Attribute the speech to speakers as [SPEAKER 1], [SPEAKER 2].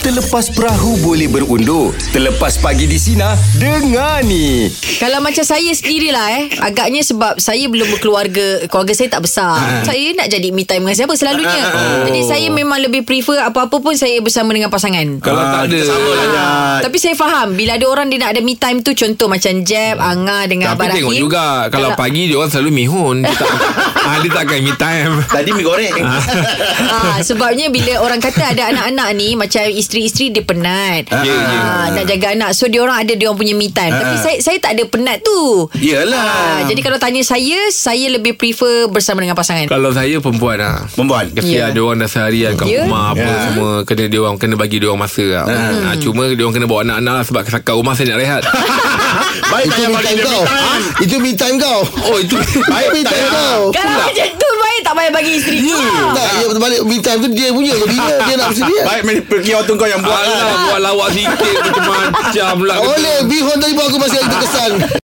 [SPEAKER 1] Terlepas perahu boleh berundur. Terlepas pagi di sini, dengar ni.
[SPEAKER 2] Kalau macam saya sendiri lah eh Agaknya sebab saya belum berkeluarga Keluarga saya tak besar
[SPEAKER 3] Ha.
[SPEAKER 2] Saya nak jadi me time dengan siapa selalunya Jadi saya
[SPEAKER 3] Oh.
[SPEAKER 2] memang lebih prefer Apa-apa pun saya bersama dengan pasangan
[SPEAKER 3] Kalau tak ada
[SPEAKER 4] Sama lah
[SPEAKER 3] Ya.
[SPEAKER 4] Jad.
[SPEAKER 2] Tapi saya faham Bila ada orang dia nak ada me time tu Contoh macam Jeb, Anga dengan
[SPEAKER 3] Tapi
[SPEAKER 2] Abang Rahim
[SPEAKER 3] tengok juga Kalau pagi dia orang selalu mihun Dia tak, ah, dia tak akan me time
[SPEAKER 4] Tadi mi goreng
[SPEAKER 2] ha, Sebabnya bila orang kata ada anak-anak ni Macam isteri-isteri dia penat
[SPEAKER 3] Ya, ya.
[SPEAKER 2] ha, Nak jaga anak So dia orang ada dia orang punya me time Tapi
[SPEAKER 4] Ah.
[SPEAKER 2] saya saya tak ada penat tu Ah,
[SPEAKER 4] Yelah.
[SPEAKER 2] Jadi kalau tanya saya Saya lebih prefer bersama dengan pasangan
[SPEAKER 3] Kalau saya perempuan lah
[SPEAKER 4] Membuat
[SPEAKER 2] Ya.
[SPEAKER 3] Kesian yeah. dia orang dah seharian kat
[SPEAKER 2] Ya.
[SPEAKER 3] yeah. rumah apa
[SPEAKER 4] Ya. Hmm.
[SPEAKER 3] yeah. semua kena dia orang kena bagi dia orang masa lah. Ha, cuma dia orang kena bawa anak-anak lah sebab kat rumah saya nak rehat.
[SPEAKER 4] Baik
[SPEAKER 5] Itu
[SPEAKER 4] saya
[SPEAKER 5] me
[SPEAKER 4] bagi
[SPEAKER 5] time
[SPEAKER 4] dia
[SPEAKER 5] kau Ha?
[SPEAKER 4] me time.
[SPEAKER 5] Itu me time kau
[SPEAKER 3] oh itu
[SPEAKER 5] Baik me time kau
[SPEAKER 2] Kalau macam tu Baik tak payah bagi isteri
[SPEAKER 5] Ya.
[SPEAKER 2] yeah.
[SPEAKER 5] Tak dia balik me time tu Dia punya kau dia Dia nak bersedia
[SPEAKER 4] Baik main pergi waktu kau
[SPEAKER 3] Ah,
[SPEAKER 4] yang buat lah.
[SPEAKER 3] Alah buat lawak sikit macam-macam lah.
[SPEAKER 5] Oleh Bihon tadi bawa aku masih lagi terkesan